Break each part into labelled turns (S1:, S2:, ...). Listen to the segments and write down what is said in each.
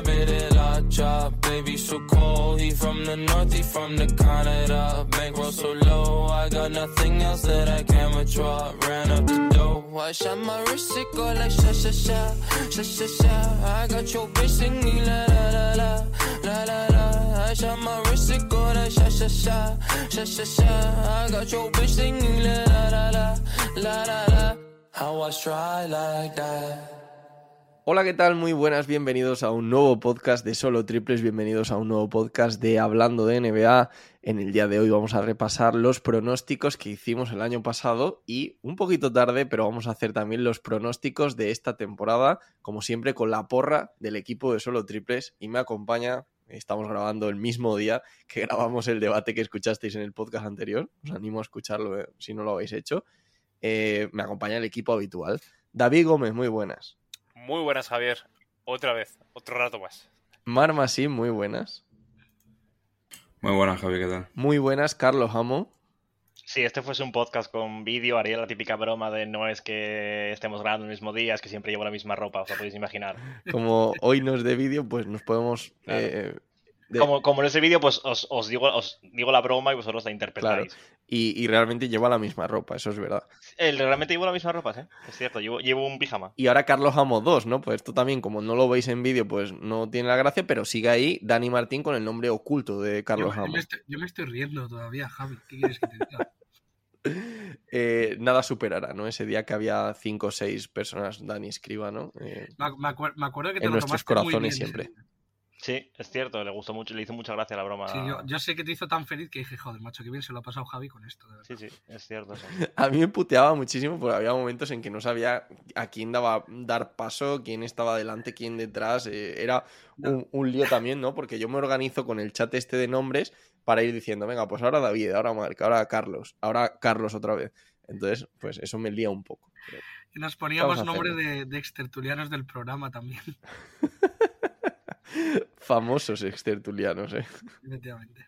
S1: bit of la chop. Baby, so cold, he from the north, he from the Canada. Bankroll so low, I got nothing else that I can withdraw. Ran up the dough, I shot my wrist, it go like sha sha sha, sha sha sha. I got your bitch singing la la la la, la la la. I shot my wrist, it go like sha sha sha, sha sha sha. I got your bitch singing la la la la, la la la. How I try like that.
S2: Hola, ¿qué tal? Muy buenas, bienvenidos a un nuevo podcast de Solo Triples, bienvenidos a un nuevo podcast de Hablando de NBA. En el día de hoy vamos a repasar los pronósticos que hicimos el año pasado y un poquito tarde, pero vamos a hacer también los pronósticos de esta temporada, como siempre con la porra del equipo de Solo Triples y me acompaña, estamos grabando el mismo día que grabamos el debate que escuchasteis en el podcast anterior, os animo a escucharlo eh, si no lo habéis hecho, Eh, me acompaña el equipo habitual. David Gómez, muy buenas.
S3: Muy buenas, Javier. Otra vez, otro rato más.
S2: Marma, sí, muy buenas.
S1: Muy buena, Javi, ¿qué tal?
S2: Muy buenas, Carlos Amo.
S4: Si este fuese un podcast con vídeo, haría la típica broma de no es que estemos grabando el mismo día, es que siempre llevo la misma ropa, os lo podéis imaginar.
S2: Como hoy no es de vídeo, pues nos podemos.
S4: Claro.
S2: eh, de-
S4: Como, como en ese vídeo, pues os, os digo, os digo la broma y vosotros la interpretáis.
S2: y, y realmente lleva la misma ropa, eso es verdad.
S4: El- realmente llevo la misma ropa, ¿eh? Es cierto, llevo, llevo un pijama.
S2: Y ahora Carlos Amo 2, ¿no? Pues esto también, como no lo veis en vídeo, pues no tiene la gracia, pero sigue ahí Dani Martín con el nombre oculto de Carlos
S5: yo, me- yo
S2: Amo.
S5: me estoy, yo me estoy riendo todavía, Javi. ¿Qué quieres que te diga?
S2: Eh, nada superará, ¿no? Ese día que había 5 o 6 personas, Dani escriba, ¿no? Eh,
S5: Me, acu- me acuer- me acuerdo que te
S2: En
S5: lo
S2: nuestros
S5: tomaste muy
S2: corazones
S5: bien.
S2: siempre.
S4: Sí, es cierto, le gustó mucho, le hizo mucha gracia la broma.
S5: Sí, yo, yo sé que te hizo tan feliz que dije, joder, macho, qué bien se lo ha pasado Javi con esto. de verdad.
S4: Sí, sí, es cierto. sí.
S2: A mí me puteaba muchísimo porque había momentos en que no sabía a quién daba dar paso, quién estaba delante, quién detrás. eh, era un, un lío también, ¿no? Porque yo me organizo con el chat este de nombres para ir diciendo, venga, pues ahora David, ahora Marc, ahora Carlos, ahora Carlos otra vez. Entonces, pues eso me lía un poco. pero-
S5: Y nos poníamos
S2: Vamos a
S5: nombre de, de extertulianos del programa también,
S2: Famosos extertulianos, ¿eh?
S5: efectivamente.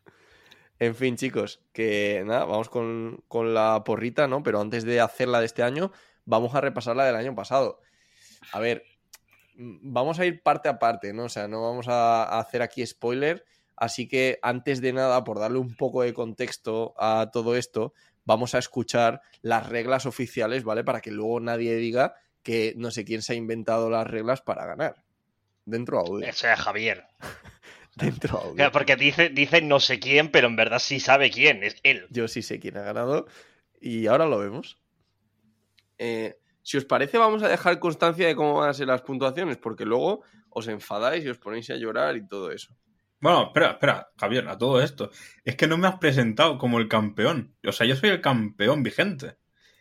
S2: En fin, chicos, que nada, vamos con, con la porrita, ¿no? Pero antes de hacerla de este año, vamos a repasar la del año pasado. A ver, mm, vamos a ir parte a parte, ¿no? O sea, no vamos a, a hacer aquí spoiler. Así que antes de nada, por darle un poco de contexto a todo esto, vamos a escuchar las reglas oficiales, ¿vale? Para que luego nadie diga que no sé quién se ha inventado las reglas para ganar. Dentro audio.
S4: O sea, Javier.
S2: Dentro audio.
S4: Claro, Porque dice, dice no sé quién, pero en verdad sí sabe quién, es él.
S2: Yo sí sé quién ha ganado y ahora lo vemos. Eh, si os parece, vamos a dejar constancia de cómo van a ser las puntuaciones, porque luego os enfadáis y os ponéis a llorar y todo eso.
S6: Bueno, espera, espera, Javier, a todo esto. Es que no me has presentado como el campeón. O sea, yo soy el campeón vigente.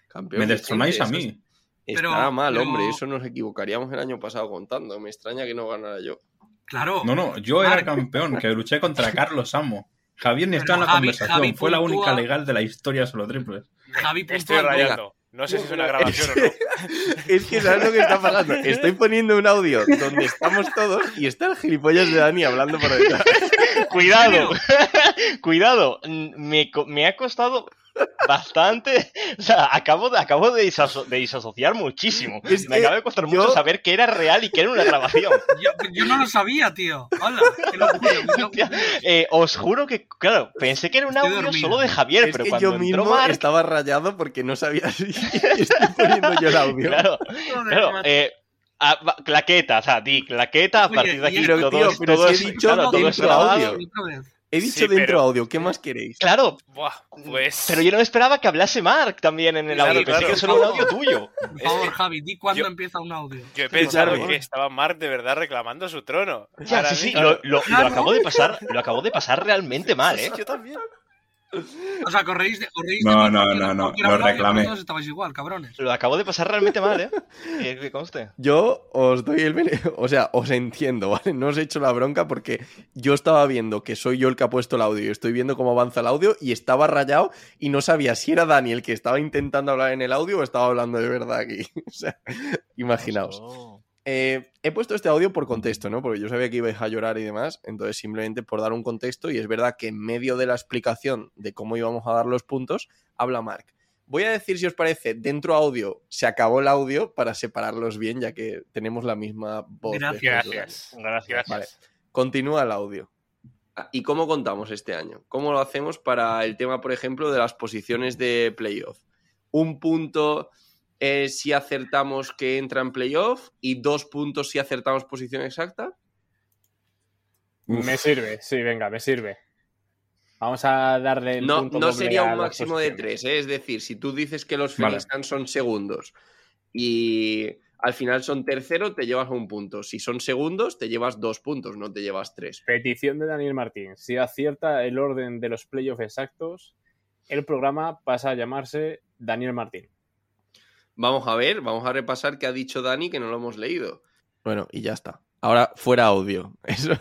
S2: Campeón,
S6: me destronáis a
S2: gente, eso
S6: mí.
S2: es-
S5: Pero-
S2: Está mal,
S5: pero-
S2: hombre, eso nos equivocaríamos el año pasado contando. Me extraña que no ganara yo.
S5: Claro.
S6: No, no, yo era
S5: Vale.
S6: campeón, que luché contra Carlos Amo. Javier ni
S5: Pero
S6: está en la
S5: Javi-
S6: conversación.
S5: Javi
S6: Fue la
S5: puntúa.
S6: única legal de la historia solo triples.
S5: Javi pues,
S3: Estoy
S5: puntual, ¿no?
S3: rayando. No sé si es una
S4: Ah,
S3: grabación o no.
S2: Es que sabes lo que está pasando. Estoy poniendo un audio donde estamos todos y está el gilipollas de Dani hablando por detrás.
S4: Cuidado, cuidado, mm, me, co- me ha costado bastante, o sea, acabo de, acabo de, desaso- de disasociar muchísimo,
S2: Es
S4: me
S2: que
S4: acaba de costar mucho
S2: yo-
S4: saber que era real y que era una grabación.
S5: Yo, yo no lo sabía, tío. Hola, qué locura. Yo-
S4: Hostia, eh, os juro que, claro, pensé que era un
S5: Estoy
S4: audio
S5: dormido.
S4: solo de Javier,
S2: es
S4: pero
S2: que
S4: cuando
S2: yo
S4: entró
S2: mismo
S4: Marc,
S2: estaba rayado porque no sabía si estoy poniendo yo el audio.
S4: claro,
S5: joder,
S4: claro,
S5: macho.
S4: eh, a- va- claqueta, o sea, di claqueta, a
S5: Oye,
S4: partir de aquí
S5: pero,
S4: todo,
S2: tío,
S4: es-
S2: pero
S4: todo
S2: si he
S4: es-
S2: dicho
S4: claro, todo es
S2: dentro
S4: grabado.
S2: audio.
S5: Otra vez.
S2: He dicho
S3: Sí,
S2: dentro
S3: pero-
S2: audio, ¿qué más queréis?
S4: Claro,
S3: Buah, pues.
S4: Mm, pero yo no me esperaba que hablase Mark también en el
S3: Claro,
S4: audio, pensé
S3: claro.
S4: que era solo un audio tuyo.
S5: Por favor, Javi, di cuándo
S3: yo-
S5: empieza un audio.
S3: Yo he pensado
S2: Escuchadme.
S3: que estaba Mark de verdad reclamando su trono.
S4: Ya,
S3: Ahora
S4: sí, Ah, sí,
S3: mismo.
S4: lo, lo- lo
S5: Claro.
S4: acabo de pasar, lo acabo de pasar realmente mal, ¿eh?
S3: Sí, Yo también.
S5: O sea, corréis de. Corréis
S6: No,
S5: de mí
S6: no,
S5: porque
S6: no, no,
S5: porque
S6: lo
S5: era Flavio,
S6: reclamé.
S5: pero Todos estabais igual, cabrones.
S4: Lo acabo de pasar realmente mal, ¿eh? Que, que conste.
S2: Yo os doy el bene- o sea, os entiendo, ¿vale? No os he hecho la bronca porque yo estaba viendo que soy yo el que ha puesto el audio y estoy viendo cómo avanza el audio y estaba rayado y no sabía si era Dani el que estaba intentando hablar en el audio o estaba hablando de verdad aquí. O sea, imaginaos.
S4: Oh.
S2: Eh, he puesto este audio por contexto, ¿no? Porque yo sabía que ibais a llorar y demás, entonces simplemente por dar un contexto y es verdad que en medio de la explicación de cómo íbamos a dar los puntos, habla Mark. Voy a decir si os parece, dentro audio, se acabó el audio para separarlos bien, ya que tenemos la misma voz. después de
S3: Gracias. Gracias.
S2: Vale. Continúa el audio. Ah, ¿Y cómo contamos este año? ¿Cómo lo hacemos para el tema, por ejemplo, de las posiciones de playoff? Un punto eh, si acertamos que entra en playoff y dos puntos si acertamos posición exacta.
S6: Uf.
S7: Me sirve, sí, venga, me sirve. Vamos a darle el
S2: No,
S7: punto
S2: no
S7: doble
S2: sería
S7: a
S2: un
S7: las
S2: máximo de
S7: posiciones.
S2: tres, ¿eh? es decir, si tú dices que los
S6: Vale.
S2: Phoenix Suns son segundos y al final son tercero, te llevas un punto. Si son segundos, te llevas dos puntos, no te llevas tres.
S7: Petición de Daniel Martín. Si acierta el orden de los playoffs exactos, el programa pasa a llamarse Daniel Martín.
S2: Vamos a ver, vamos a repasar qué ha dicho Dani que no lo hemos leído. Bueno, y ya está. Ahora fuera audio. Eso.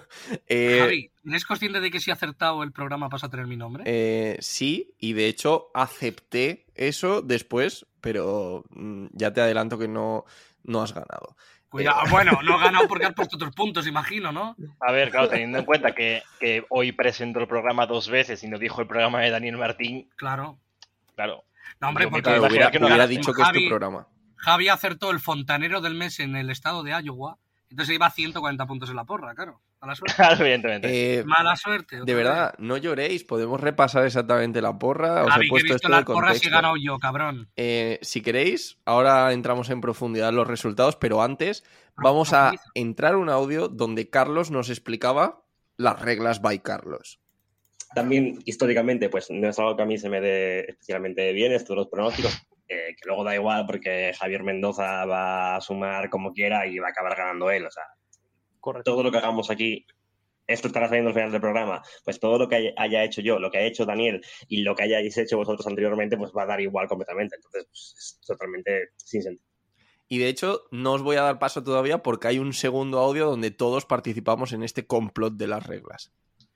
S2: Eh,
S5: Javi, ¿eres consciente de que si he acertado el programa vas a tener mi nombre?
S2: eh, sí, y de hecho acepté eso después, pero mm, ya te adelanto que no, no has ganado. eh.
S5: Cuidado, bueno, no has ganado porque has puesto otros puntos, imagino, ¿no?
S4: A ver, claro, teniendo en cuenta que, que hoy presentó el programa dos veces y nos dijo el programa de Daniel Martín,
S5: Claro.
S4: claro.
S5: No, hombre,
S4: Yo me
S5: porque
S4: cago,
S2: Claro,
S4: imagino
S2: hubiera
S4: que no
S2: hubiera
S4: ganas,
S2: dicho
S5: como
S2: que es tu
S5: Javi.
S2: programa.
S5: Javi acertó el fontanero del mes en el estado de Iowa. Entonces se iba a 140 puntos en la porra, claro. Mala suerte.
S4: Claro, evidentemente.
S2: Eh,
S5: Mala suerte. otra
S2: de verdad, no lloréis, podemos repasar exactamente la porra.
S5: vez.
S2: Os he
S5: Javi, que he
S2: puesto
S5: visto
S2: esto
S5: las
S2: de
S5: porras y he
S2: contexto.
S5: ganado yo, cabrón.
S2: Eh, si queréis, ahora entramos en profundidad en los resultados, pero antes vamos a
S5: Profundiza.
S2: entrar un audio donde Carlos nos explicaba las reglas by Carlos.
S8: También históricamente, pues no es algo que a mí se me dé especialmente bien, estos los pronósticos, eh, que luego da igual porque Javier Mendoza va a sumar como quiera y va a acabar ganando él. O sea,
S7: Correcto.
S8: todo lo que hagamos aquí, esto estará saliendo al final del programa, pues todo lo que haya- haya hecho yo, lo que ha hecho Daniel y lo que hayáis hecho vosotros anteriormente, pues va a dar igual completamente. Entonces, pues, es totalmente sin sentido.
S2: Y de hecho, no os voy a dar paso todavía porque hay un segundo audio donde todos participamos en este complot de las reglas.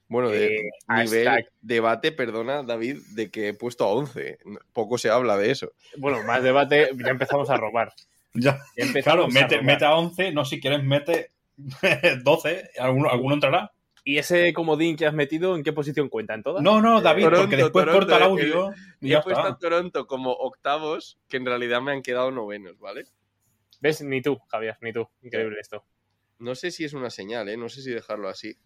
S2: Bueno, de
S8: Eh,
S7: ah,
S2: nivel
S7: hashtag.
S2: debate, perdona David, de que he puesto a 11. Poco se habla de eso.
S7: Bueno, más debate, ya empezamos a robar. Ya
S6: Ya. Claro,
S7: empezamos a
S6: mete,
S7: robar.
S6: mete a 11, no si quieres mete 12, alguno, alguno entrará.
S7: ¿Y ese comodín que has metido, en qué posición cuenta? ¿En todas?
S6: No, no, David,
S2: Toronto,
S6: porque después
S2: Toronto,
S6: corta el
S2: eh,
S6: audio y
S2: Y
S6: ya
S2: he puesto a
S6: está.
S2: Toronto como octavos, que en realidad me han quedado novenos, ¿vale?
S7: ¿Ves? Ni tú, Javier, ni tú. Increíble esto.
S2: No sé si es una señal, ¿eh? No sé si dejarlo así.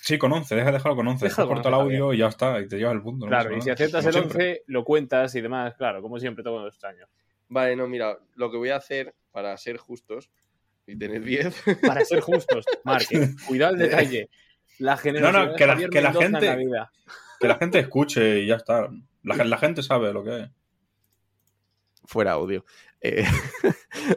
S6: Sí, con 11, deja dejarlo con 11.
S7: Déjalo con
S6: corta el
S7: 11,
S6: audio y ya está, y te llevas el punto. no
S7: Claro,
S6: pasa
S7: y si
S6: nada.
S7: aciertas
S6: pues, Como
S7: el
S6: siempre.
S7: 11, lo cuentas y demás, claro, como siempre, todos los años.
S2: Vale, no, mira, lo que voy a hacer para ser justos y tener 10.
S7: Para ser justos, Marque, cuidado el detalle. La generosidad
S6: No, no, que
S7: de
S6: la-
S7: Javier
S6: que la
S7: Mendoza en
S6: gente-
S7: vida.
S6: Que la gente escuche y ya está. La, gen- la gente sabe lo que es.
S2: Fuera audio. Eh,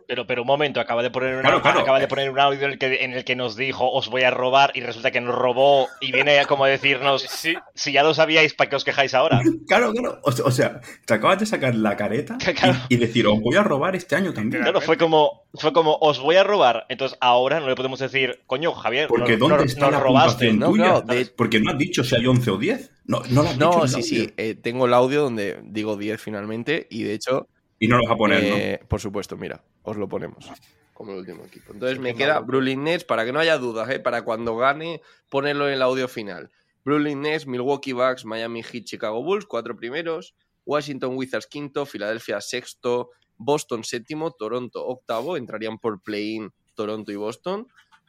S4: Pero, pero un momento, acaba de poner, una-
S6: Claro, claro.
S4: acaba de poner un audio en el, que, en el que nos dijo os voy a robar y resulta que nos robó y viene a como decirnos
S3: Sí,
S4: si ya lo sabíais, ¿para qué os quejáis ahora?
S6: Claro, claro. O, se- o sea, te acabas de sacar la careta
S4: Que claro.
S6: y, y decir, os voy a robar este año también.
S4: Claro, fue como, fue como os voy a robar. Entonces ahora no le podemos decir, coño, Javier,
S6: Porque
S4: no-
S6: ¿dónde
S4: no-
S6: está
S4: nos
S6: la
S4: robaste.
S6: puntuación
S2: No,
S6: tuya?
S2: claro, de-
S6: Porque no has dicho si hay 11 o 10. No, no lo has dicho
S2: no,
S6: en el
S2: sí, sí,
S6: audio.
S2: eh, tengo el audio donde digo 10 finalmente y de hecho,
S6: Y no lo vas a poner, ¿no?
S2: eh, por supuesto, mira, os lo ponemos. Como el último equipo. Entonces
S7: Sí,
S2: me
S7: qué
S2: queda
S7: malo.
S2: Brooklyn Nets, para que no haya dudas, eh, para cuando gane, ponerlo en el audio final. Brooklyn Nets, Milwaukee Bucks, Miami Heat, Chicago Bulls, cuatro primeros. Washington Wizards quinto, Filadelfia sexto, Boston séptimo, Toronto octavo, entrarían por play-in Toronto y Boston,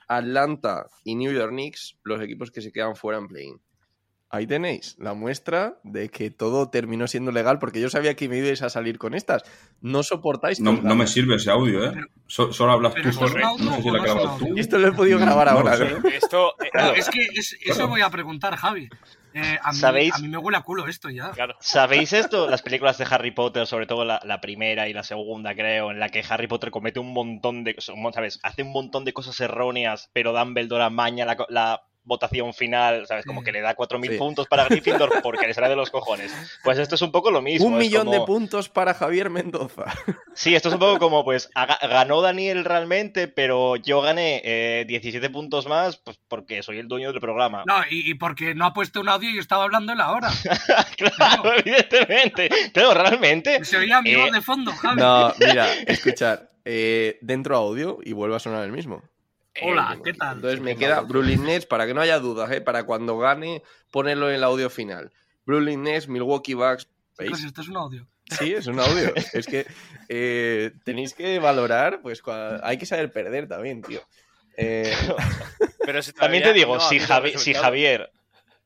S2: Atlanta y New York Knicks, los equipos que se quedan fuera en play-in. Ahí tenéis la muestra de que todo terminó siendo legal porque yo sabía que me ibais a salir con estas. No soportáis. que
S6: No,
S2: os
S6: no me
S2: ganéis.
S6: sirve ese audio, ¿eh? So- solo hablas tú,
S5: pero esto es un
S6: Jorge.
S5: audio
S6: No sé si
S5: o
S6: lo has
S5: no es un
S6: grabado tú.
S5: audio.
S2: Esto lo he podido grabar
S6: No lo
S2: ahora,
S6: sé.
S2: ¿no?
S3: esto. eh,
S4: Claro.
S5: Es que es- eso voy a preguntar, Javi. Eh, a, mí,
S4: ¿Sabéis?
S5: a mí me huele a culo esto ya.
S3: claro.
S4: ¿Sabéis esto? Las películas de Harry Potter, sobre todo la, la primera y la segunda, creo, en la que Harry Potter comete un montón de cosas, ¿sabes? Hace un montón de cosas erróneas, pero Dumbledore amaña la, co- la votación final, ¿sabes? Como que le da 4.000
S2: Sí.
S4: puntos para Gryffindor porque le sale de los cojones. Pues esto es un poco lo mismo.
S2: Un
S4: es
S2: millón de
S4: como-
S2: puntos para Javier Mendoza.
S4: Sí, esto es un poco como, pues, haga- ganó Daniel realmente, pero yo gané eh, 17 puntos más pues, porque soy el dueño del programa.
S5: No, y, y porque no ha puesto un audio y yo estaba hablando él ahora.
S4: claro, evidentemente. Claro, realmente.
S5: Se oía mi voz
S4: Eh,
S5: de fondo, Javi.
S2: No, mira, escuchar. eh, dentro audio y vuelve a sonar el mismo.
S5: Hola, ¿qué tal?
S2: Entonces me queda Brooklyn Nets, para que no haya dudas, ¿eh? para cuando gane, ponerlo en el audio final. Brooklyn Nets, Milwaukee Bucks. ¿Veis?
S5: Chicos, esto es un audio.
S2: Sí, es un audio. es que eh, tenéis que valorar, pues cua- hay que saber perder también, tío. Eh,
S3: Pero si
S4: También te
S3: todavía
S4: digo,
S3: no
S4: si,
S3: habéis
S4: Javi-
S3: resultado.
S4: si Javier.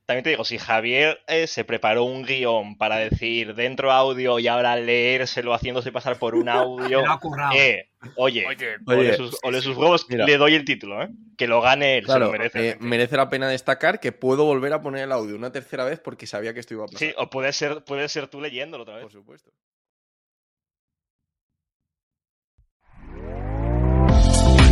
S4: También te digo, si Javier eh, se preparó un guión para decir dentro audio y ahora leérselo haciéndose pasar por un audio.
S5: Me lo ha currado.
S4: eh, oye,
S3: Oye,
S4: ole
S2: oye,
S4: sus, ole sus huevos,
S2: Mira.
S4: le doy el título, ¿eh? Que lo gane él,
S2: claro,
S4: se lo merece.
S2: eh, merece la pena destacar que puedo volver a poner el audio una tercera vez porque sabía que esto iba a pasar.
S4: Sí, o puede ser, puede ser tú leyéndolo otra vez.
S2: por supuesto.